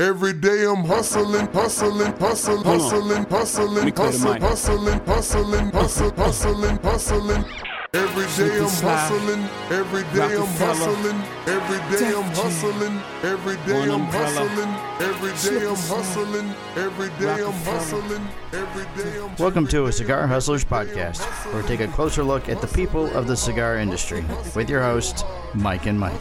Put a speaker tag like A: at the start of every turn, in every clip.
A: Every day I'm hustling, hustling, hustling,
B: Hold on.
A: hustling,
B: Let me
A: hustling,
B: clear the
A: hustling, hustling,
B: mic.
A: hustling, hustling, hustling, hustling. Every day
B: Snoop
A: I'm
B: Sly,
A: hustling, every day I'm
B: Rockefeller,
A: hustling, every day
B: Def
A: I'm
B: Jam,
A: hustling, every day
B: One
A: I'm
B: Umbrella,
A: hustling, every day I'm
B: Snoop Sly,
A: hustling, every day I'm
B: Rockefeller.
A: hustling, every day I'm.
C: Welcome to a Cigar Hustlers podcast, where we take a closer look at the people of the cigar industry with your hosts, Mike and Mike.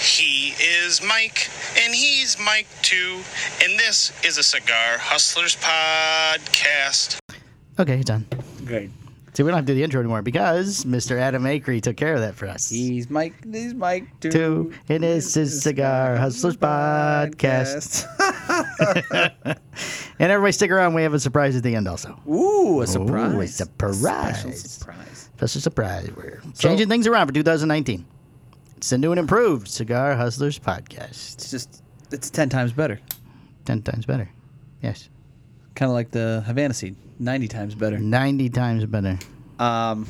D: He is Mike, and he's Mike too, and this is a Cigar Hustlers podcast.
C: Okay, done.
E: Great.
C: See, we don't have to do the intro anymore because Mr. Adam Akery took care of that for us.
E: He's Mike. He's Mike too.
C: Two, and this is Cigar Hustlers podcast. And everybody stick around. We have a surprise at the end also.
E: Ooh, a surprise!
C: a surprise.
E: special surprise.
C: That's a surprise. We're changing things around for 2019. It's the new and improved Cigar Hustlers podcast.
E: It's just it's ten times better.
C: Ten times better. Yes.
E: Kind of like the Havana seed, ninety times better.
C: 90 times better.
E: Um.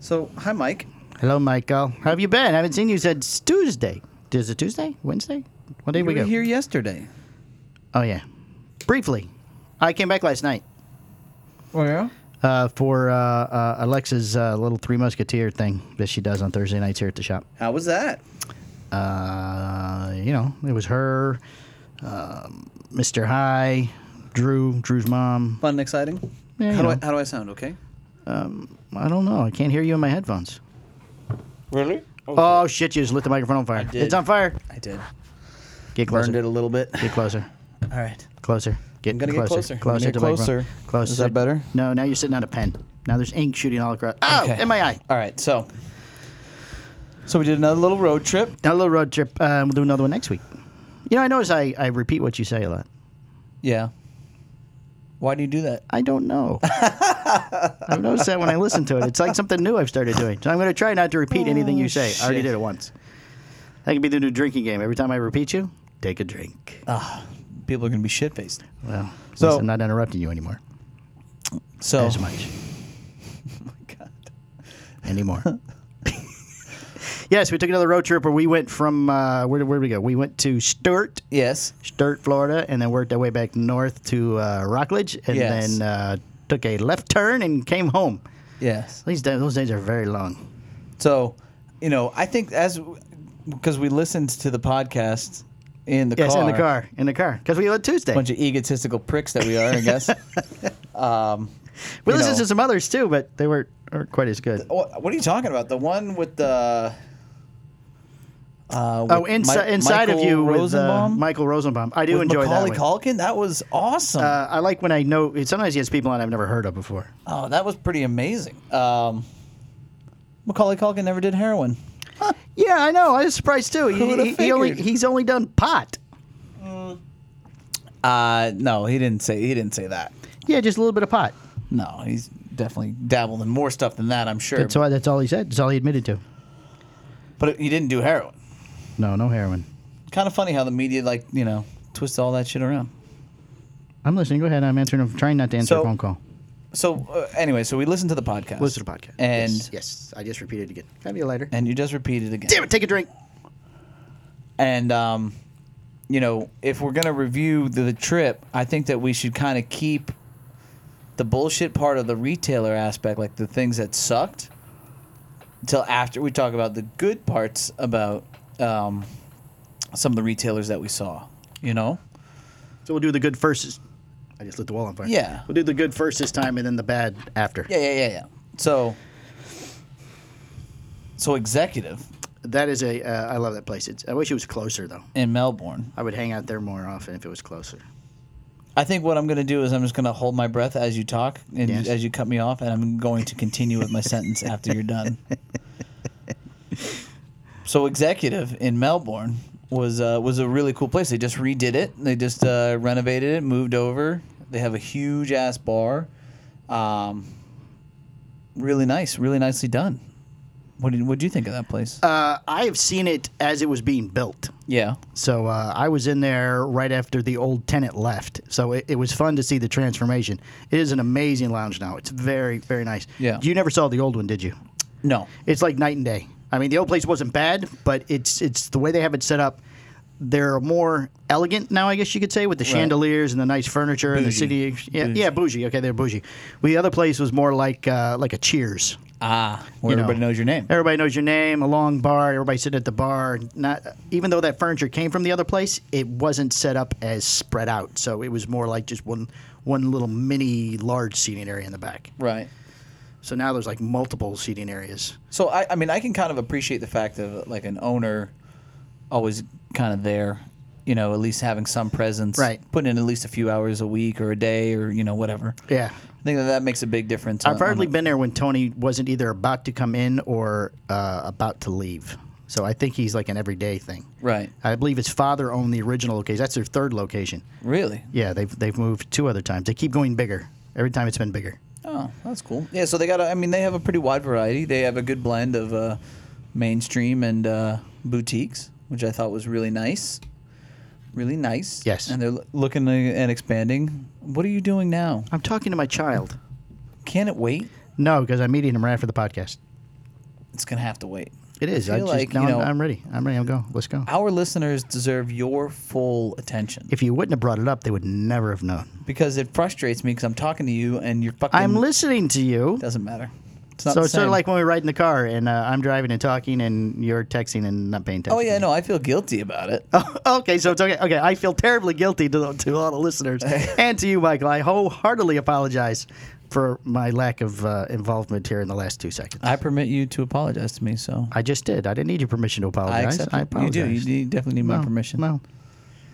E: So hi, Mike.
C: Hello, Michael. How have you been? I haven't seen you since Tuesday. Is it Tuesday? Wednesday? What day
E: you
C: we
E: were
C: go?
E: here yesterday.
C: Oh, yeah. Briefly, I came back last night
E: Oh yeah.
C: uh, for uh, uh, Alexa's uh, little Three Musketeer thing that she does on Thursday nights here at the shop.
E: How was that?
C: Uh, you know, it was her, um, Mr. High, Drew, Drew's mom.
E: Fun and exciting.
C: Yeah, you
E: how do
C: know.
E: I how do I sound? Okay.
C: I don't know. I can't hear you in my headphones.
B: Really?
C: Oh, shit. You just lit the microphone on fire.
E: did.
C: It's on fire.
E: I did.
C: Get
E: Burned
C: closer.
E: it a little bit.
C: Get closer.
E: All right.
C: Closer. Get
E: I'm gonna get
C: closer.
E: closer. I'm
C: Closer.
E: gonna
C: to
E: get
C: the microphone.
E: closer.
C: Closer.
E: Is that better?
C: No. Now you're sitting on a pen. Now there's ink shooting all across. Oh,
E: Okay.
C: in my eye.
E: All right. So. So we did another little road trip.
C: Now a little road trip. Uh, we'll do another one next week. You know, I notice I, I repeat what you say a lot.
E: Yeah. Why do you do that?
C: I don't know. I've noticed that when I listen to it. It's like something new I've started doing. So I'm going to try not to repeat anything you say. I already
E: Oh, shit.
C: did it once. That could be the new drinking game. Every time I repeat you, take a drink.
E: People are gonna be shit faced.
C: well,
E: Uh, so- Oh.
C: so I'm not interrupting you anymore
E: So.
C: as much
E: God.
C: anymore. yes, we took another road trip where we went from uh, where where did we go? We went to Sturt,
E: Yes.
C: Sturt, Florida, and then worked our way back north to uh, Rockledge, and
E: Yes.
C: then uh, took a left turn and came home.
E: Yes.
C: These days, those days are very long.
E: So, you know, I think as because we listened to the podcast in the
C: Yes,
E: car,
C: in the car, in the car, because we went Tuesday.
E: bunch of egotistical pricks that we are, I guess. Oh, um,
C: we
E: you
C: listened
E: know.
C: to some others too, but they weren't, weren't quite as good.
E: what, what are you talking about? The one with the. Uh,
C: Oh,
E: with
C: inside
E: Mi-
C: inside of
E: Michael
C: you with
E: Rosenbaum,
C: uh, Michael Rosenbaum. I do
E: with
C: enjoy
E: Macaulay
C: that. one.
E: Culkin. That was awesome.
C: Uh, I like when I know. Sometimes he has people on I've never heard of before.
E: oh, that was pretty amazing. Um, Macaulay Culkin never did heroin.
C: Yeah, I know. I was surprised too. He,
E: would've
C: he- he only
E: figured?
C: he's only done pot.
E: Uh, no, he didn't say he didn't say that.
C: Yeah, just a little bit of pot.
E: No, he's definitely dabbled in more stuff than that. I'm sure.
C: That's all. That's all he said. That's all he admitted to.
E: But he didn't do heroin.
C: No, no heroin.
E: Kind of funny how the media, like, you know, twists all that shit around.
C: I'm listening. Go ahead. I'm answering. I'm trying not to answer
E: So-
C: a phone call.
E: So, uh, anyway, so we listened to the podcast.
C: Listen to the podcast.
E: And,
C: yes, yes. I just repeated it again. Have you later.
E: and you just repeat it again.
C: Damn it! Take a drink.
E: And, um, you know, if we're going to review the, the trip, I think that we should kind of keep the bullshit part of the retailer aspect, like the things that sucked, until after we talk about the good parts about um, some of the retailers that we saw, you know?
C: So we'll do the good first. I just lit the wall on fire.
E: Yeah.
C: We'll do the good first this time, and then the bad after.
E: Yeah, yeah, yeah, yeah. So, so executive
C: That is a. Uh, I love that place. It's, I wish it was closer though.
E: in Melbourne.
C: I would hang out there more often if it was closer.
E: I think what I'm going to do is I'm just going to hold my breath as you talk and
C: Yes.
E: as you cut me off, and I'm going to continue with my sentence after you're done. So, executive in Melbourne was uh, was a really cool place. They just redid it. They just uh, renovated it, moved over. They have a huge ass bar. Um, really nice, really nicely done. What did what do you think of that place?
C: Uh, I have seen it as it was being built.
E: yeah.
C: So uh, I was in there right after the old tenant left. So it, it was fun to see the transformation. It is an amazing lounge now. It's very, very nice.
E: Yeah.
C: You never saw the old one, did you?
E: No.
C: It's like night and day. I mean, the old place wasn't bad, but it's it's the way they have it set up. They're more elegant now, I guess you could say, with the chandeliers and the nice furniture and the
E: Bougie.
C: city. Yeah,
E: Bougie.
C: yeah, bougie. Okay, they're bougie. Well, the other place was more like uh, like a Cheers.
E: Ah, where
C: uh, know. er
E: everybody knows your name.
C: Everybody knows your name. A long bar. Everybody sitting at the bar. Not even though that furniture came from the other place, it wasn't set up as spread out. So it was more like just one one little mini large seating area in the back.
E: Right.
C: So now there's like multiple seating areas.
E: So I, I mean, I can kind of appreciate the fact of like an owner always kind of there, you know, at least having some presence,
C: Right.
E: Putting in at least a few hours a week or a day or you know whatever.
C: Yeah.
E: I think that that makes a big difference. on-
C: I've
E: on
C: hardly
E: Uh, a-
C: been there when Tony wasn't either about to come in or uh, about to leave. So I think he's like an everyday thing.
E: right.
C: I believe his father owned the original location. That's their third location.
E: Really?
C: Yeah, they've they've moved two other times. They keep going bigger. Every time it's been bigger.
E: Oh, that's cool. Yeah, so they got. A, I mean, they have a pretty wide variety. They have a good blend of uh, mainstream and uh, boutiques, which I thought was really nice. Really nice.
C: Yes.
E: And they're loo- looking to- and expanding. What are you doing now?
C: I'm talking to my child.
E: Can it wait?
C: No, because I'm meeting him right after the podcast.
E: It's gonna have to wait.
C: It is.
E: I
C: I,
E: feel
C: just,
E: like,
C: no,
E: you
C: I'm,
E: know-
C: I'm ready. I'm ready. I'll go. Let's go.
E: Our listeners deserve your full attention
C: If you wouldn't have brought it up, they would never have known.
E: because it frustrates me because I'm talking to you and you're fucking.
C: I'm listening to you.
E: Doesn't matter. It's not
C: So
E: the
C: it's sort
E: same.
C: of like when we ride in the car and uh, I'm driving and talking and you're texting and not paying attention.
E: Oh yeah, no, I feel guilty about it.
C: Oh. okay, so it's okay. Okay, I feel terribly guilty to, to all the listeners and to you, Michael. I wholeheartedly apologize for my lack of uh, involvement here in the last two seconds.
E: I permit you to apologize to me, so
C: I just did. I didn't need your permission to
E: I
C: apologize.
E: accept. it. you
C: apologize.
E: do. You, you definitely need my
C: No,
E: permission.
C: No,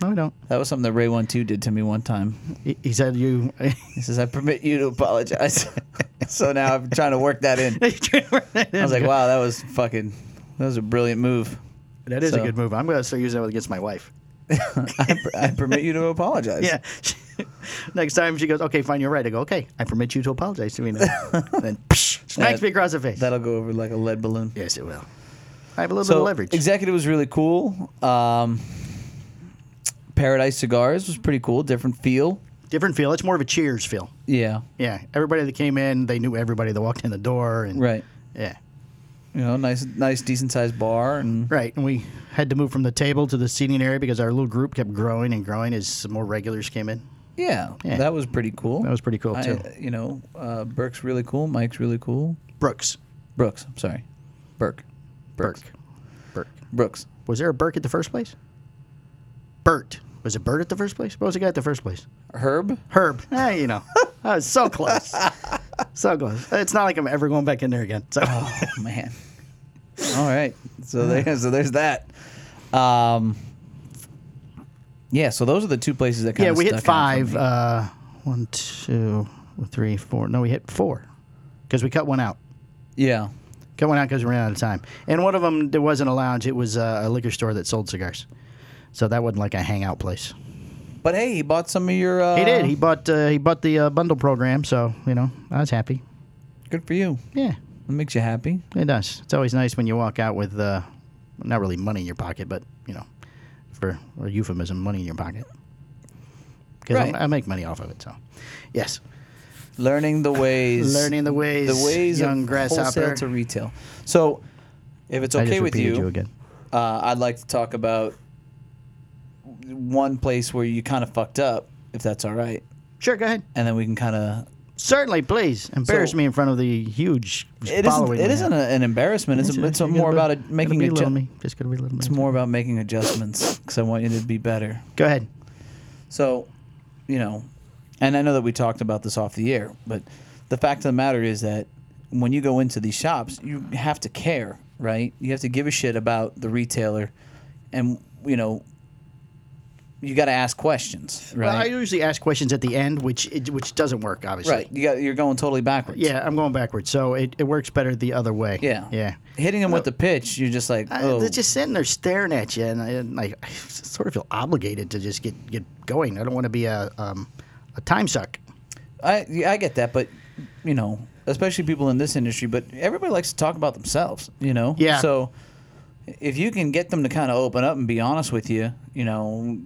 C: no, I don't.
E: That was something that Ray One Two did to me one time.
C: He, he said you.
E: He says, "I permit you to apologize." so now I'm trying to work that in. I was like, "Wow, that was fucking, that was a brilliant move."
C: that is
E: so-
C: a good move. I'm going to start using that against my wife.
E: I, per- I permit you to apologize.
C: Yeah. Next time she goes, okay, fine, you're right. I go, okay, I permit you to apologize to me now. And then psh, smacks
E: That-
C: me across the face.
E: that'll go over like a lead balloon.
C: Yes, it will. I have a little bit
E: so
C: of leverage.
E: executive was really cool. Um, Paradise Cigars was pretty cool. Different feel.
C: Different feel. It's more of a cheers feel.
E: Yeah.
C: Yeah, everybody that came in, they knew everybody that walked in the door, and
E: Right.
C: yeah,
E: You know, nice, nice, decent sized bar, and
C: right. And we had to move from the table to the seating area because our little group kept growing and growing as some more regulars came in.
E: yeah,
C: Yeah.
E: that was pretty cool.
C: That was pretty cool,
E: I-
C: too.
E: you know, uh, Burke's really cool. Mike's really cool.
C: Brooks,
E: Brooks, I'm sorry, Burke,
C: Burke, Burke.
E: Brooks.
C: Was there a Burke at the first place? Bert. Was it Bert at the first place? What was the guy at the first place?
E: Herb?
C: Herb. Eh, you know, I was so close, so close. It's not like I'm ever going back in there again. So
E: Oh, man. All right. So there, so there's that. Um, yeah. So those are the two places that kind
C: yeah,
E: of
C: we hit five. Uh, one, two, three, four. No, we hit four because we cut one out.
E: yeah.
C: Coming out because we ran out of time. And one of them, there wasn't a lounge. It was uh, a liquor store that sold cigars. So that wasn't like a hangout place.
E: But hey, he bought some of your. Uh,
C: He did. He bought uh, he bought the uh, bundle program. So you know, I was happy.
E: good for you.
C: Yeah,
E: That makes you happy.
C: it does. It's always nice when you walk out with uh, not really money in your pocket, but you know, for a euphemism, money in your pocket. Because
E: Right.
C: I make money off of it. So, yes,
E: Learning the ways.
C: learning the ways,
E: the ways
C: young
E: of
C: grasshopper.
E: wholesale to retail. So, if it's
C: I
E: okay
C: just
E: with
C: repeated you again.
E: uh, I'd like to talk about one place where you kind of fucked up, if that's all right,
C: Sure, go ahead.
E: and then we can kind of
C: Certainly, please embarrass
E: So-
C: me in front of the huge
E: It isn't.
C: following.
E: It
C: we
E: isn't
C: have.
E: a, an embarrassment. It's, it's
C: You're gonna
E: more about
C: be-
E: it
C: gonna
E: making
C: belittle
E: adju-
C: me. Just gonna belittle me.
E: It's more about making adjustments because I want you to be better.
C: Go ahead.
E: So, you know, and I know that we talked about this off the air, but the fact of the matter is that when you go into these shops, you have to care, right? You have to give a shit about the retailer, and you know, you got to ask questions, right?
C: Well, I usually ask questions at the end, which it, which doesn't work, obviously.
E: right. You got. You're going totally backwards.
C: Yeah, I'm going backwards, so it, it works better the other way.
E: Yeah.
C: Yeah.
E: Hitting them with the pitch, you're just like,
C: I,
E: oh,
C: They're just sitting there staring at you, and I, and I, I sort of feel obligated to just get, get going. I don't want to be a um, a time suck.
E: I yeah, I get that, but you know, especially people in this industry, but everybody likes to talk about themselves, you know?
C: Yeah.
E: So if you can get them to kind of open up and be honest with you, you know,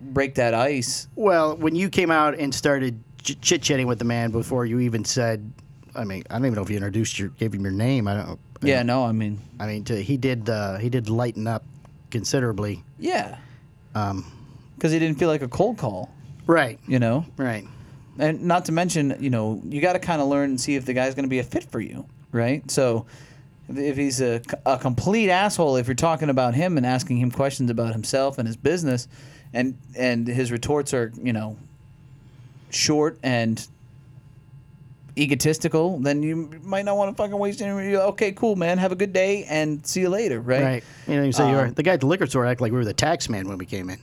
E: break that ice.
C: Well, when you came out and started ch- chit chatting with the man before you even said, I mean, I don't even know if you introduced your, gave him your name. I don't. I
E: Yeah, no, I mean,
C: I mean, to, he did. Uh, he did lighten up considerably.
E: yeah. Because he didn't feel like a cold call,
C: Right.
E: you know?
C: Right.
E: and not to mention, you know, you got to kind of learn and see if the guy's going to be a fit for you, right? So, if he's a, a complete asshole, if you're talking about him and asking him questions about himself and his business, and and his retorts are, you know, short and egotistical, then you might not want to fucking waste any. you're like, Okay, cool, man. Have a good day and see you later, right?
C: Right. You know, you say you are.
E: Um,
C: The guy at the liquor store acted like we were the tax man when we came in.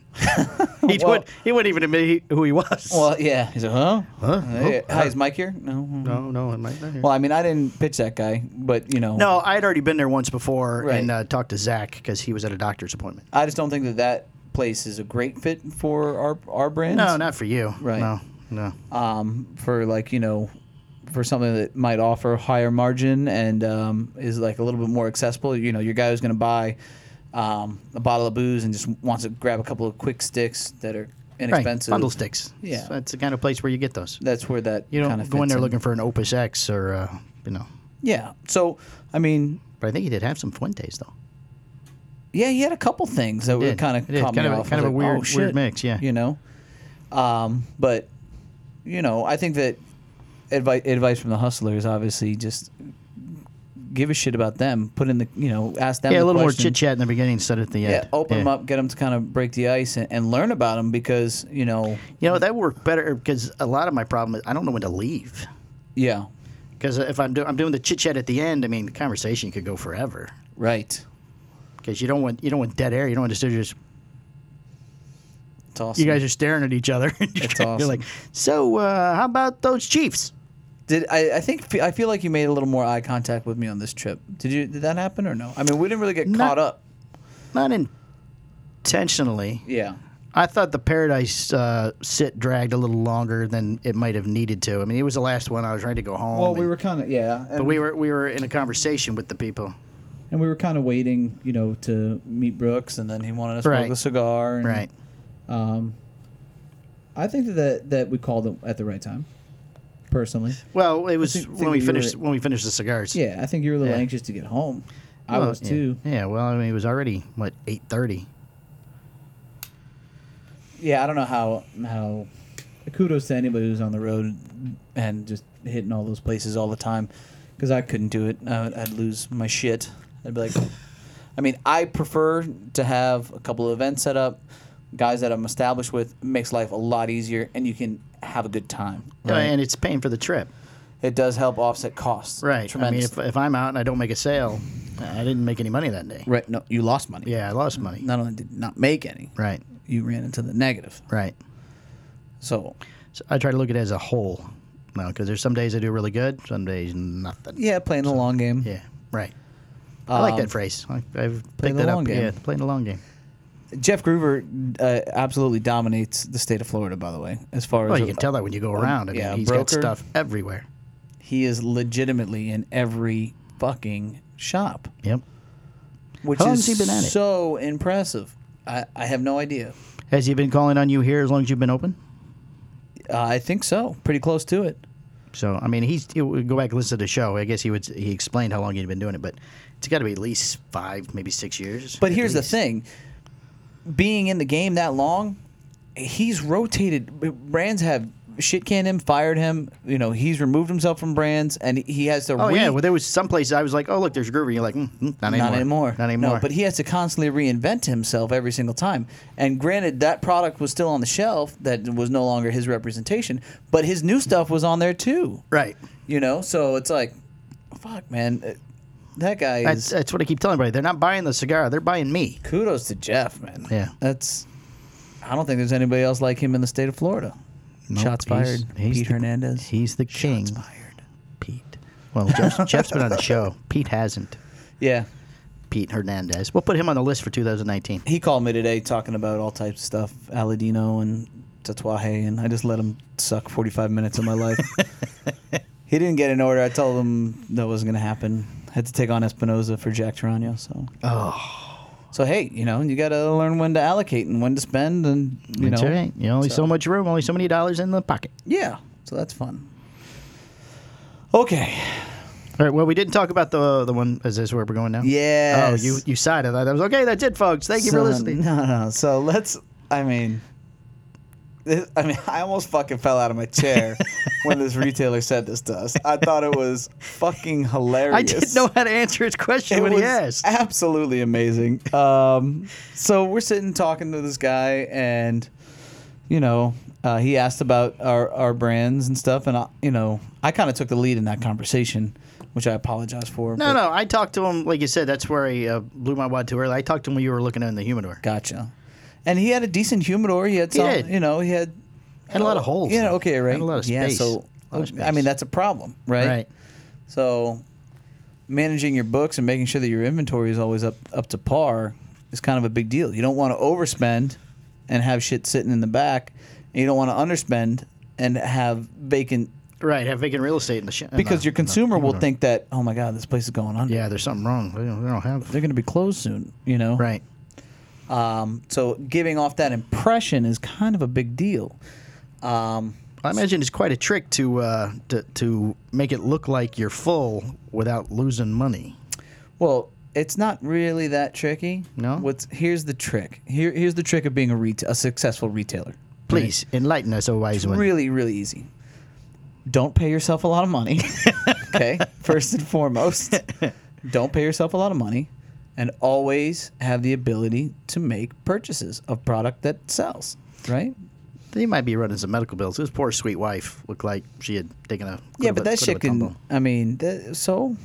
C: he
E: Well-
C: would. He wouldn't even admit he, who he was.
E: Well, yeah. He's like, huh?
C: Huh?
E: Hey,
C: Oh,
E: hi, is Mike here? No.
C: no, no, it might not.
E: Well, I mean, I didn't pitch that guy, but you know.
C: no, I had already been there once before
E: Right.
C: and uh, talked to Zach because he was at a doctor's appointment.
E: I just don't think that that place is a great fit for our our brands.
C: No, not for you.
E: Right.
C: No, no.
E: Um, for like you know, for something that might offer higher margin and um, is like a little bit more accessible. You know, your guy who's going to buy um, a bottle of booze and just wants to grab a couple of quick sticks that are inexpensive.
C: Right. Bundle sticks.
E: Yeah.
C: that's the kind of place where you get those.
E: That's where that
C: You don't
E: kind of
C: go in
E: fits
C: there looking for an Opus X or uh, you know.
E: Yeah. So I mean,
C: But I think he did have some Fuentes though.
E: yeah, he had a couple things that were
C: did.
E: kind of
C: He did.
E: caught me
C: Kind of a-
E: off. I
C: kind
E: was
C: of a
E: like,
C: weird-
E: oh, shit.
C: weird mix, yeah.
E: you know. Um, but you know, I think that advice advice from the hustler is obviously just give a shit about them. Put in the you know, ask them.
C: Yeah, a
E: the
C: little more
E: question.
C: chit chat in the beginning instead of at the end.
E: Yeah, open them
C: Yeah.
E: up, get them to kind of break the ice and, and learn about them because you know,
C: You know that worked better because a lot of my problem is I don't know when to leave.
E: yeah,
C: Because if I'm, do- I'm doing the chit chat at the end, I mean, the conversation could go forever.
E: right.
C: Because you don't want you don't want dead air. You don't want to sit just
E: It's awesome.
C: you guys are staring at each other.
E: That's
C: You're
E: awesome.
C: like, so uh, how about those Chiefs?
E: did I, I think I feel like you made a little more eye contact with me on this trip. Did you? Did that happen or no? I mean, we didn't really get
C: Not-
E: caught up.
C: Not intentionally.
E: Yeah.
C: I thought the Paradise uh, sit dragged a little longer than it might have needed to. I mean, it was the last one. I was ready to go home.
E: Well, we
C: and-
E: were kind of yeah, and
C: But we were we were in a conversation with the people.
E: and we were kind of waiting, you know, to meet Brooks, and then he wanted to smoke
C: Right.
E: a cigar. And,
C: Right.
E: Um, I think that, that that we called it at the right time. Personally,
C: Well, it was
E: think- think
C: when we
E: you were-
C: finished when we finished the cigars.
E: yeah, I think you were a little
C: Yeah.
E: anxious to get home. I
C: Well,
E: was
C: yeah.
E: too.
C: Yeah. Well, I mean, it was already what eight thirty.
E: Yeah, I don't know how how. Kudos to anybody who's on the road and just hitting all those places all the time, because I couldn't do it. I would, I'd lose my shit. I'd be like, I mean, I prefer to have a couple of events set up, guys that I'm established with makes life a lot easier, and you can have a good time. right?
C: Uh, and it's paying for the trip.
E: it does help offset costs.
C: Right.
E: Tremendous.
C: I mean, if, if I'm out and I don't make a sale, I didn't make any money that day.
E: right. No, you lost money.
C: Yeah, I lost money.
E: Not only did you not make any,
C: Right.
E: you ran into the negative.
C: Right.
E: So
C: So I try to look at it as a whole now because there's some days I do really good, some days nothing.
E: yeah, playing the long game.
C: Yeah, Right. I like that phrase. I, I've picked
E: the
C: that
E: long
C: up.
E: game.
C: Yeah, playing the long game.
E: Jeff Groover uh, absolutely dominates the state of Florida. By the way, as far
C: Well,
E: as
C: you can tell that when you go around. I mean,
E: yeah,
C: he's got
E: broker.
C: stuff everywhere.
E: he is legitimately in every fucking shop,
C: Yep.
E: which
C: How long
E: is
C: has he been at it?
E: so impressive. I, I have no idea.
C: Has he been calling on you here as long as you've been open?
E: Uh, I think so. Pretty close to it.
C: So I mean, he's he would go back and listen to the show. I guess he would. He explained how long he'd been doing it, but it's got to be at least five, maybe six years.
E: But
C: at
E: here's
C: least.
E: the thing: being in the game that long, he's rotated. Brands have shit canned him, fired him. You know, he's removed himself from brands, and he has to.
C: Oh
E: re-
C: yeah, well there was some places I was like, oh look, there's Groover. You're like, mm, mm, not anymore,
E: Not anymore.
C: not anymore.
E: No, but he has to constantly reinvent himself every single time. And granted, that product was still on the shelf. That was no longer his representation, but his new stuff was on there too.
C: right.
E: You know, so it's like, fuck, man, uh, that guy
C: That's
E: is.
C: that's what I keep telling everybody. They're not buying the cigar. They're buying me.
E: Kudos to Jeff, man.
C: Yeah.
E: that's. I don't think there's anybody else like him in the state of Florida.
C: Nope,
E: Shots fired.
C: he's- he's
E: Pete
C: the-
E: Hernandez.
C: He's the king,
E: Shots fired.
C: Pete. Well, Jeff, Jeff's been on the show. Pete hasn't.
E: Yeah.
C: Pete Hernandez. We'll put him on the list for 2019.
E: He called me today talking about all types of stuff, Aladino and Tatuaje, and I just let him suck 45 minutes of my life. He didn't get an order. I told him that wasn't going to happen. Had to take on Espinoza for Jack Tarano. So. Oh. So hey, you know, you got to learn when to allocate and when to spend, and you
C: That's
E: know,
C: right. You only so. much room, only so many dollars in the pocket.
E: yeah. So that's fun. Okay.
C: All right. Well, we didn't talk about the the one. Is this where we're going now?
E: Yes.
C: Oh, you you sided. I was okay. That's it, folks. Thank you for
E: So-
C: listening.
E: No, no. So let's. I mean, this, I mean, I almost fucking fell out of my chair when this retailer said this to us. I thought it was fucking hilarious.
C: I didn't know how to answer his question
E: It
C: when
E: was
C: he asked.
E: absolutely amazing. Um, so we're sitting talking to this guy, and you know, uh, he asked about our, our brands and stuff, and I, you know, I kind of took the lead in that conversation, which I apologize for.
C: No,
E: but-
C: no. I talked to him. Like you said, that's where I uh, blew my wad too early. I talked to him when you were looking in the humidor.
E: Gotcha. And he had a decent humidor. He had
C: He
E: some,
C: did.
E: you know, he had
C: Had a lot of holes.
E: Yeah, okay, right.
C: Had a lot of
E: Yeah,
C: space.
E: so
C: A lot of
E: I mean
C: space.
E: that's a problem, right?
C: Right.
E: So managing your books and making sure that your inventory is always up up to par is kind of a big deal. You don't want to overspend and have shit sitting in the back. And you don't want to underspend and have vacant
C: Right. Have vacant real estate in the sh- in
E: because
C: the-
E: your
C: in the
E: consumer will
C: humidor.
E: think that, "Oh my god, this place is going under.
C: Yeah, there's something wrong. We don't, we don't have.
E: They're going to be closed soon," you know?
C: Right.
E: Um, so giving off that impression is kind of a big deal.
C: I imagine it's quite a trick to uh, to to make it look like you're full without losing money.
E: Well, it's not really that tricky.
C: No?
E: What's here's the trick. Here here's the trick of being a reta- a successful retailer.
C: Please enlighten us, O wise one.
E: Really, really easy. Don't pay yourself a lot of money. okay? First and foremost, don't pay yourself a lot of money and always have the ability to make purchases of product that sells, right?
C: They might be running some medical bills. His poor sweet wife looked like she had taken a quit
E: yeah,
C: of
E: but
C: a-
E: that
C: quit of a
E: shit
C: tumble.
E: can. I mean, th- so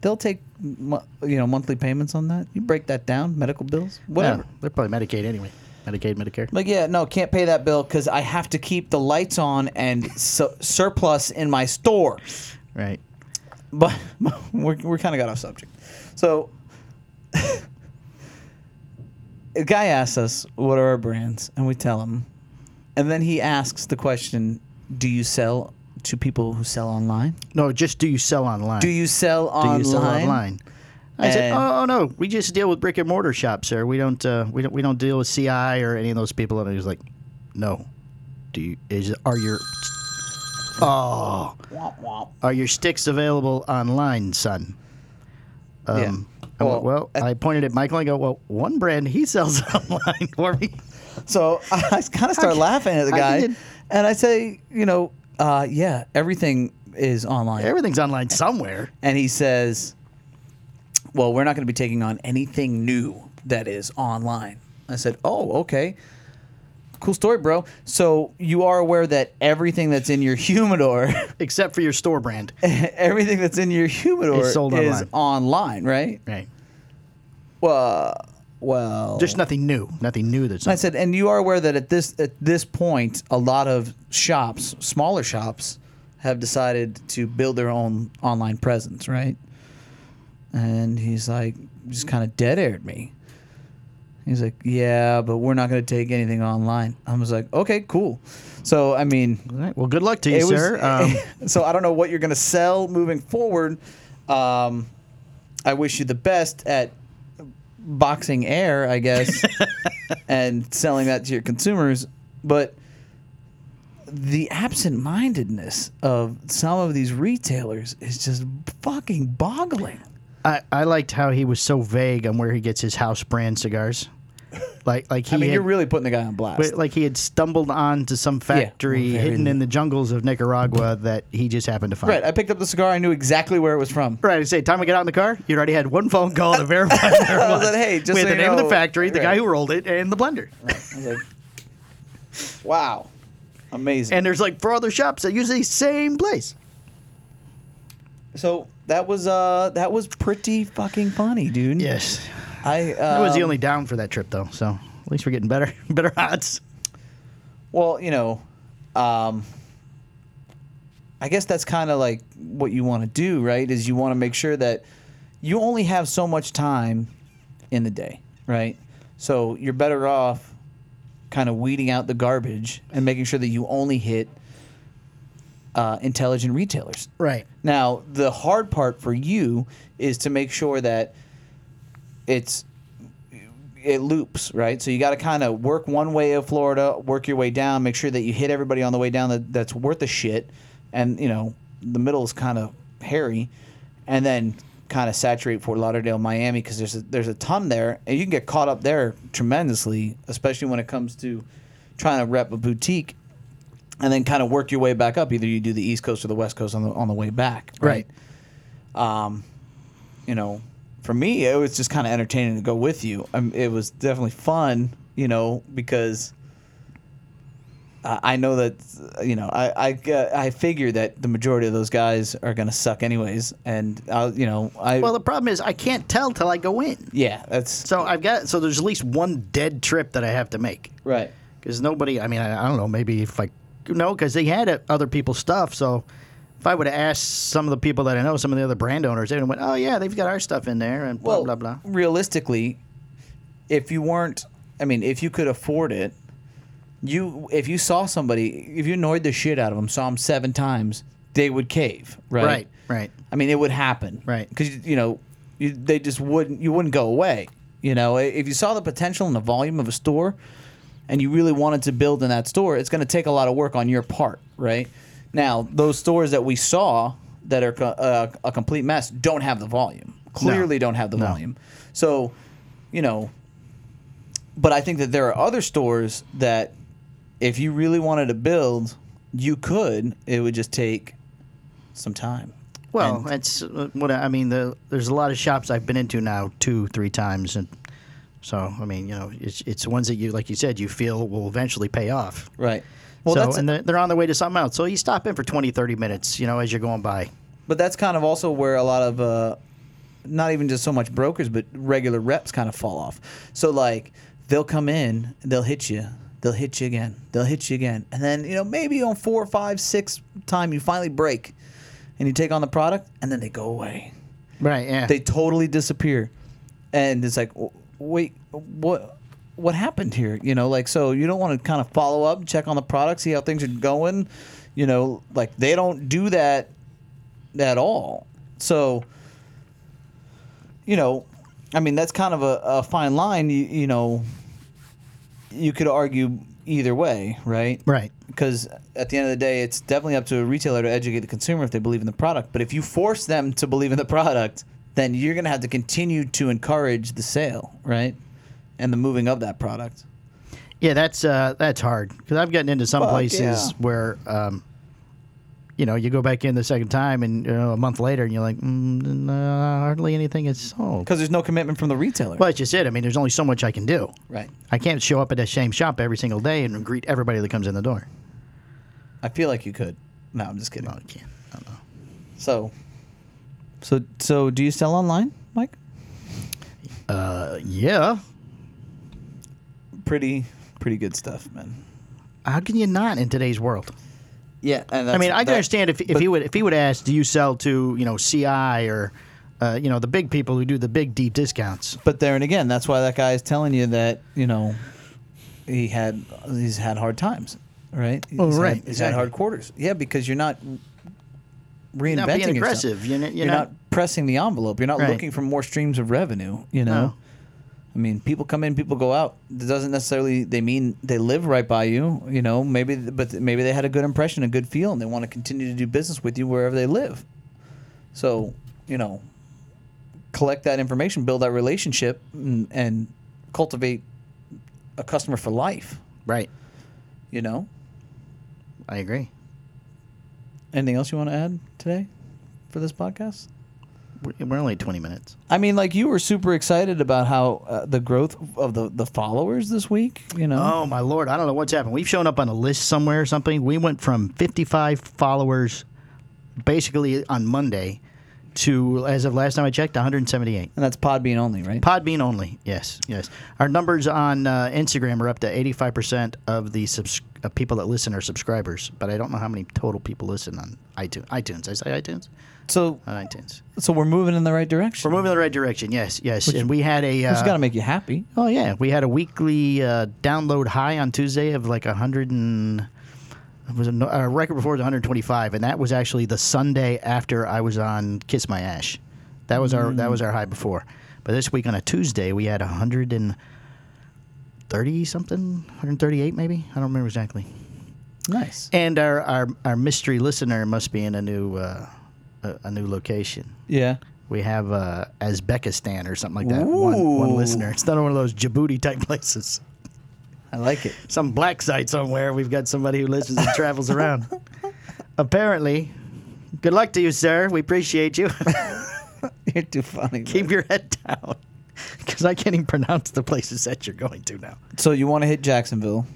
E: they'll take mo- you know monthly payments on that. You break that down, medical bills, whatever.
C: Yeah, they're probably Medicaid anyway. Medicaid, Medicare.
E: Like, yeah, no, can't pay that bill because I have to keep the lights on and su- surplus in my store.
C: Right.
E: But we're, we're kind of got off subject. So, a guy asks us, What are our brands? And we tell him. And then he asks the question, Do you sell to people who sell online?
C: No, just do you sell online?
E: Do you sell
C: Do
E: online?
C: you sell online? I said,
E: And-
C: oh, oh, no, we just deal with brick and mortar shops, sir. We don't, uh, we don't, we don't deal with CI or any of those people. And he was like, no. Do you is are your oh
E: Womp womp.
C: are your sticks available online, son?
E: Yeah.
C: Um, I went,
E: Well,
C: well, I, pointed at Michael and I go, well, one brand he sells online for me.
E: So I kind of start laughing at the
C: I
E: guy,
C: did-
E: and I say, you know, uh, yeah, everything is online.
C: Everything's online somewhere.
E: and he says, well, we're not going to be taking on anything new that is online. I said, oh, okay. Cool story, bro. So you are aware that everything that's in your humidor,
C: except for your store brand.
E: everything that's in your humidor
C: Is sold
E: is online, right?
C: Right.
E: Well, well,
C: There's nothing new. Nothing new that's.
E: And I said, and you are aware that at this at this point, a lot of shops, smaller shops, have decided to build their own online presence, right? And he's like, just kind of dead aired me. He's like, yeah, but we're not going to take anything online. I was like, okay, cool. So I mean,
C: All right. Well, good luck to you, sir. Um,
E: so I don't know what you're going to sell moving forward. Um, I wish you the best at boxing air, I guess, and selling that to your consumers. But the absent-mindedness of some of these retailers is just fucking boggling.
C: I, I liked how he was so vague on where he gets his house brand cigars. Like like he
E: I mean,
C: had,
E: you're really putting the guy on blast.
C: but, like he had stumbled onto some factory
E: very
C: hidden in the jungles of Nicaragua that he just happened to find.
E: right, I picked up the cigar. I knew exactly where it was from.
C: Right, I say, time we get out in the car, you already had one phone call to verify there
E: I was
C: was.
E: like, hey, just
C: we had
E: so
C: the
E: you
C: name of
E: know-
C: the factory, the guy
E: Right.
C: who rolled it, and the blender.
E: I was like, wow, amazing.
C: And there's like four other shops that use the same place.
E: So that was uh that was pretty fucking funny, dude.
C: Yes,
E: I um,
C: that was the only down for that trip though. So at least we're getting better better odds.
E: Well, you know, um, I guess that's kind of like what you want to do, right? Is you want to make sure that you only have so much time in the day, right? So you're better off kind of weeding out the garbage and making sure that you only hit uh, intelligent retailers.
C: Right.
E: Now, the hard part for you is to make sure that it's it loops, right? So you got to kind of work one way of Florida, work your way down, make sure that you hit everybody on the way down that, that's worth a shit, and you know the middle is kind of hairy, and then kind of saturate Fort Lauderdale, Miami, because there's a, there's a ton there, and you can get caught up there tremendously, especially when it comes to trying to rep a boutique and then kind of work your way back up. Either you do the East Coast or the West Coast on the on the way back, right?
C: Right.
E: Um, you know, for me, it was just kind of entertaining to go with you. Um, it was definitely fun, you know, because I, I know that uh, you know I I g- I figure that the majority of those guys are gonna suck anyways, and I you know I
C: Well, the problem is I can't tell till I go in.
E: yeah that's
C: So I've got so there's at least one dead trip that I have to make
E: right.
C: because nobody. I mean, I, I don't know. Maybe if I no, because they had uh, other people's stuff. So if I would have asked some of the people that I know, some of the other brand owners, they would have went, "Oh yeah, they've got our stuff in there," and blah
E: well,
C: blah blah.
E: Realistically, if you weren't, I mean, if you could afford it, you if you saw somebody, if you annoyed the shit out of them, saw them seven times, they would cave, right?
C: Right, right.
E: I mean, it would happen,
C: Right.
E: Because you know, you, they just wouldn't. You wouldn't go away. You know, I- if you saw the potential and the volume of a store, and you really wanted to build in that store, it's going to take a lot of work on your part, right? Now, those stores that we saw that are co- uh, a complete mess don't have the volume. Clearly, don't have the
C: No.
E: volume. So, you know, but I think that there are other stores that, if you really wanted to build, you could. It would just take some time.
C: Well,
E: And-
C: that's uh, what I I mean. The, there's a lot of shops I've been into now two, three times, and so I mean, you know, it's it's ones that you, like you said, you feel will eventually pay off.
E: Right.
C: Well,
E: Well,
C: so,
E: that's
C: and they're, they're on their way to something else. So you stop in for 20, 30 minutes, you know, as you're going by.
E: but that's kind of also where a lot of uh, not even just so much brokers, but regular reps kind of fall off. So like they'll come in, they'll hit you, they'll hit you again, they'll hit you again, and then you know maybe on four, five, six time you finally break, and you take on the product, and then they go away.
C: Right. Yeah.
E: They totally disappear, and it's like, w- wait, what? What happened here? You know, like so you don't want to kind of follow up, check on the product, see how things are going. You know, like they don't do that at all. So, you know, I mean, that's kind of a, a fine line. You, you know, you could argue either way, right?
C: right.
E: Because at the end of the day, it's definitely up to a retailer to educate the consumer if they believe in the product. But if you force them to believe in the product, then you're going to have to continue to encourage the sale, right? And the moving of that product.
C: Yeah, that's uh, that's hard because I've gotten into some
E: Fuck,
C: places
E: yeah.
C: where, um, you know, you go back in the second time and you know, a month later, and you're like, mm, no, hardly anything is sold.
E: Because there's no commitment from the retailer.
C: Well, that's just it. I mean, there's only so much I can do.
E: Right.
C: I can't show up at that same shop every single day and greet everybody that comes in the door.
E: I feel like you could. No, I'm just kidding.
C: No, I can't. I don't know.
E: So, so, so, do you sell online, Mike?
C: Uh, yeah.
E: Pretty, pretty good stuff, man.
C: How can you not in today's world?
E: Yeah, and
C: I mean, I can
E: that-
C: understand if, if
E: but-
C: he would if he would ask, do you sell to you know CI or uh, you know the big people who do the big deep discounts?
E: But there and again, that's why that guy is telling you that you know he had he's had hard times, right?
C: Oh,
E: he's
C: right,
E: Had, he's had hard quarters. Yeah, because you're not reinventing
C: Not being
E: yourself.
C: aggressive. You're, not-
E: You're,
C: you're
E: not,
C: not,
E: pressing the envelope. You're not
C: Right.
E: looking for more streams of revenue. You know,
C: No.
E: I mean, people come in, people go out. It doesn't necessarily they mean they live right by you. You know, maybe but maybe they had a good impression, a good feel, and they want to continue to do business with you wherever they live. So you know, collect that information, build that relationship, and, and cultivate a customer for life.
C: right.
E: You know,
C: I agree.
E: anything else you want to add today for this podcast?
C: We're, we're only at twenty minutes.
E: I mean, like you were super excited about how uh, the growth of the the followers this week. You know,
C: Oh my lord! I don't know what's happened. We've shown up on a list somewhere or something. We went from fifty-five followers, basically on Monday, to as of last time I checked, one hundred and seventy-eight.
E: and that's Podbean only, right?
C: Podbean only. Yes, yes. Our numbers on uh, Instagram are up to 85% of the subs- of people that listen are subscribers, but I don't know how many total people listen on iTunes. iTunes. I say iTunes?
E: so,
C: On iTunes.
E: so we're moving in the right direction.
C: We're moving in the right direction. Yes, yes. and we had a.
E: It's got
C: Uh,
E: to make you happy.
C: oh, yeah. We had a weekly uh, download high on Tuesday of like 100 and. It was a no- uh, record before was 125, and that was actually the Sunday after I was on Kiss My Ash. That was our that was our high before. But this week on a Tuesday, we had 130 something, 138 maybe. I don't remember exactly.
E: Nice.
C: And our our, our mystery listener must be in a new uh, a, a new location.
E: Yeah.
C: We have uh, Uzbekistan or something like that. One, one
E: Ooh.
C: listener. It's not one of those Djibouti type places.
E: I like it.
C: Some black site somewhere. We've got somebody who lives and travels around. Apparently. Good luck to you, sir. We appreciate you.
E: You're too funny. bro.
C: Keep your head down. Because I can't even pronounce the places that you're going to now.
E: so you want to hit Jacksonville?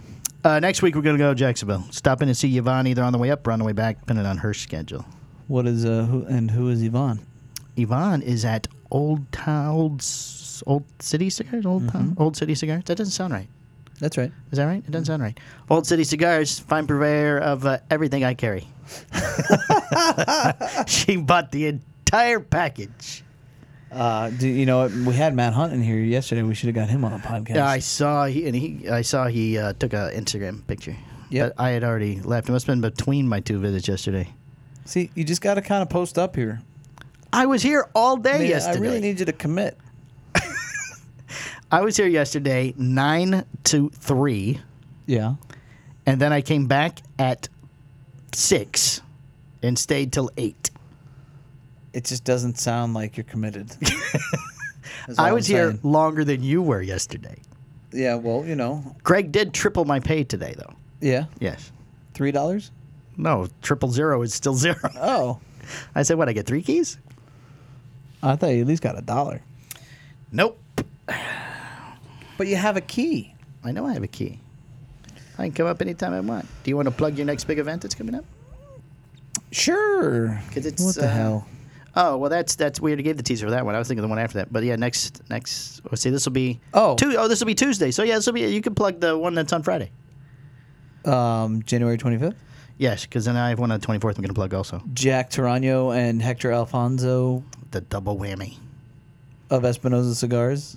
C: Uh, next week, we're going to go to Jacksonville. Stop in and see Yvonne either on the way up or on the way back, depending on her schedule.
E: What is uh who, and who is Yvonne?
C: Yvonne is at Old Town, Old, S- Old City Cigars? Old Town? Old City Cigars? That doesn't sound right.
E: That's right.
C: Is that right? It doesn't sound right. Old City Cigars, fine purveyor of uh, everything I carry. she bought the entire package.
E: Uh, do, you know what? we had Matt Hunt in here yesterday. We should have got him on the podcast.
C: Yeah, I saw he and he. I saw he uh, took a Instagram picture.
E: Yep.
C: But I had already left. It must have been between my two visits yesterday.
E: See, you just got to kind of post up here.
C: I was here all day
E: Man,
C: yesterday.
E: I really need you to commit.
C: I was here yesterday nine to three,
E: Yeah.
C: and then I came back at six, and stayed till eight.
E: It just doesn't sound like you're committed. That's all
C: I
E: I'm
C: was here
E: saying.
C: longer than you were yesterday.
E: Yeah. Well, you know.
C: Greg did triple my pay today, though.
E: Yeah.
C: Yes.
E: Three dollars.
C: No, triple zero is still zero.
E: Oh,
C: I said, what, I get three keys?
E: I thought you at least got a dollar.
C: Nope.
E: But you have a key.
C: I know I have a key. I can come up anytime I want. Do you want to plug your next big event that's coming up?
E: Sure.
C: 'Cause it's,
E: what the
C: uh,
E: hell?
C: Oh well, that's that's we already gave the teaser for that one. I was thinking the one after that, but yeah, next next. Let's see, this will be
E: Oh.
C: Tu- oh this will be Tuesday. So yeah, this will be you can plug the one that's on Friday.
E: Um, January twenty fifth.
C: Yes, because then I have one on twenty fourth. I'm going to plug also
E: Jack Tarano and Hector Alfonso
C: the double whammy.
E: of Espinosa Cigars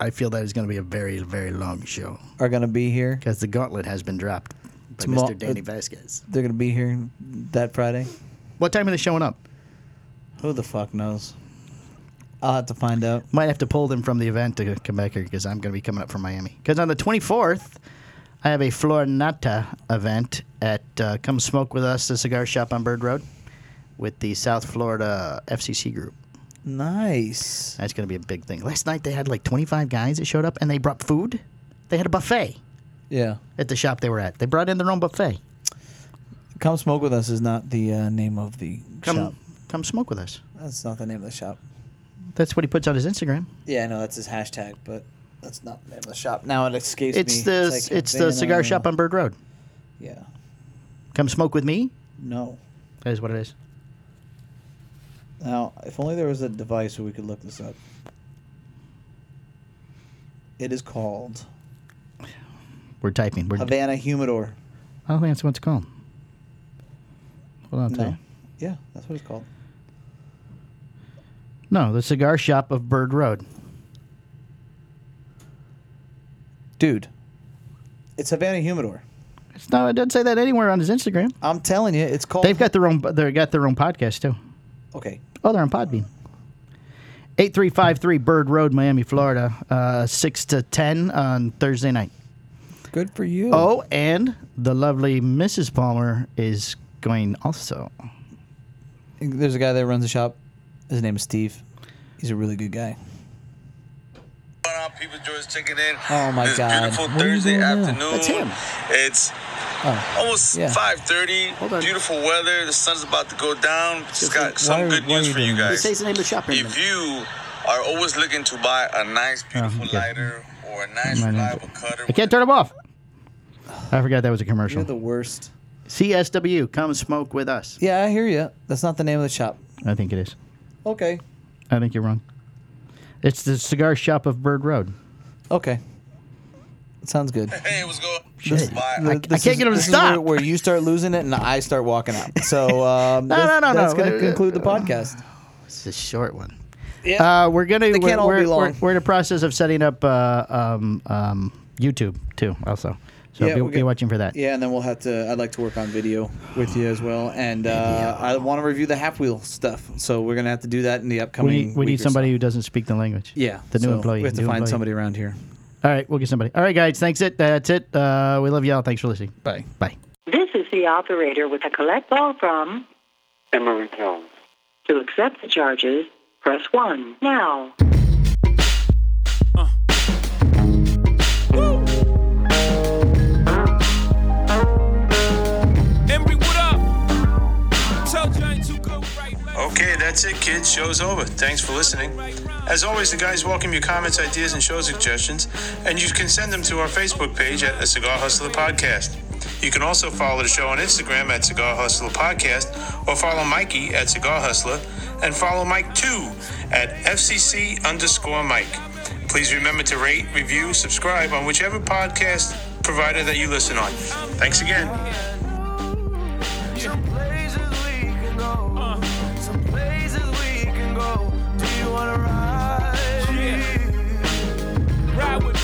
C: I feel that is going to be a very very long show
E: are going to be here.
C: because the gauntlet has been dropped by
E: Tomo-
C: Mr. Danny Vasquez.
E: They're going to be here that Friday.
C: What time are they showing up?
E: Who the fuck knows? I'll have to find out.
C: Might have to pull them from the event to come back here because I'm going to be coming up from Miami. Because on the 24th, I have a Florinata event at uh, Come Smoke With Us, the cigar shop on Bird Road with the South Florida FCC group.
E: Nice.
C: That's going to be a big thing. Last night, they had like 25 guys that showed up and they brought food. They had a buffet
E: Yeah.
C: at the shop they were at. They brought in their own buffet.
E: Come Smoke With Us is not the uh, name of the
C: Come,
E: shop.
C: come smoke with us.
E: That's not the name of the shop.
C: That's what he puts on his Instagram.
E: Yeah, I know that's his hashtag, but that's not the name of the shop. Now it escapes me.
C: It's the
E: like
C: it's the
E: Havana-
C: cigar shop on Bird Road.
E: Yeah.
C: Come smoke with me.
E: No.
C: That is what it is.
E: Now, if only there was a device where we could look this up. It is called
C: We're typing. We're,
E: Havana Humidor.
C: I don't think that's what it's called. Hold on, I'll tell
E: No.
C: you.
E: Yeah, that's what it's called.
C: No, the cigar shop of Bird Road.
E: Dude, it's Havana Humidor.
C: It's no, it doesn't say that anywhere on his Instagram.
E: I'm telling you, it's called.
C: They've got their own. They got their own podcast too.
E: Okay.
C: Oh, they're on Podbean. Eight three five three Bird Road, Miami, Florida. Uh, six to ten on Thursday night.
E: Good for you.
C: Oh, and the lovely Mrs. Palmer is going also.
E: There's a guy that runs the shop. His name is Steve. He's a really good guy.
B: What up, people? George checking in.
E: Oh, my
B: this
E: God.
B: Beautiful
E: What are you
B: Thursday
E: doing now?
B: afternoon.
C: That's him.
B: It's
E: Oh.
B: almost
E: Yeah.
B: 5:30.
C: on.
B: Beautiful weather. The sun's about to go down. Just
C: like,
B: got
E: why
B: some
E: are-
B: good
E: why are
B: news
E: you
B: for
E: doing
B: you
E: that?
C: It
B: guys.
C: says the name of the shop. right in a
B: If
C: minute.
B: you are always looking to buy a nice,
E: Oh,
B: beautiful
C: okay.
B: lighter or a nice,
C: Right now.
B: reliable cutter,
C: I can't turn them off. I forgot that was a commercial.
E: You're the worst.
C: CSW, come smoke with us.
E: Yeah, I hear you. That's not the name of the shop.
C: I think it is.
E: Okay.
C: I think you're wrong. It's the cigar shop of Bird Road.
E: Okay. Sounds good.
B: hey, what's going?
C: Shit.
B: Just buy.
E: Th- this
C: can't get
E: is-
C: him to
E: this is
C: stop.
E: Where, where you start losing it and I start walking out. So um,
C: No,
E: that's,
C: no, no,
E: that's
C: no.
E: going to conclude the podcast.
C: It's a short one.
E: Yeah.
C: Uh, we're gonna.
E: They
C: we're,
E: can't all
C: we're-
E: be long.
C: We're, we're in the process of setting up uh, um, um, YouTube too, also. So
E: Yeah,
C: be,
E: we'll
C: be
E: get-
C: watching for that.
E: Yeah, and then we'll have to. I'd like to work on video with you as well, and uh, I want to review the Half Wheel stuff. So we're gonna have to do that in the upcoming.
C: We need, we
E: week
C: need
E: or
C: somebody
E: so.
C: who doesn't speak the language.
E: Yeah,
C: The new
E: so
C: employee.
E: We have to
C: new
E: find
C: employee.
E: somebody around here.
C: All right, we'll get somebody. All right, guys. Thanks. It. That's it. Uh, we love y'all. Thanks for listening.
E: Bye.
C: Bye.
F: This is the operator with a collect call from
G: Emory Jones.
F: to accept the charges. Press 1 now.
H: Embry, what up? Told you I ain't too good with right now.
D: Okay, that's it, kids. Show's over. Thanks for listening. As always, the guys welcome your comments, ideas, and show suggestions, and you can send them to our Facebook page at the Cigar Hustler Podcast. You can also follow the show on Instagram at Cigar Hustler Podcast, or follow Mikey at Cigar Hustler, and follow Mike too at FCC underscore Mike. Please remember to rate, review, subscribe on whichever podcast provider that you listen on. Thanks again.
H: Some places we can go. Some places we can go. Do you wanna ride? Ride with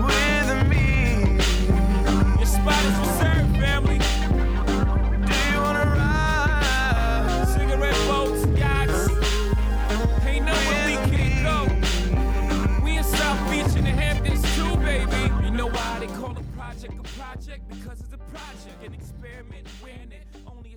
H: me. With me. Your spot is reserved, family. Do you wanna ride? Cigarette boats, yachts. Ain't nowhere we can't go. We in South Beach in the Hamptons too, baby. You know why they call a project a project? Because it's a project, an experiment, wearing it only a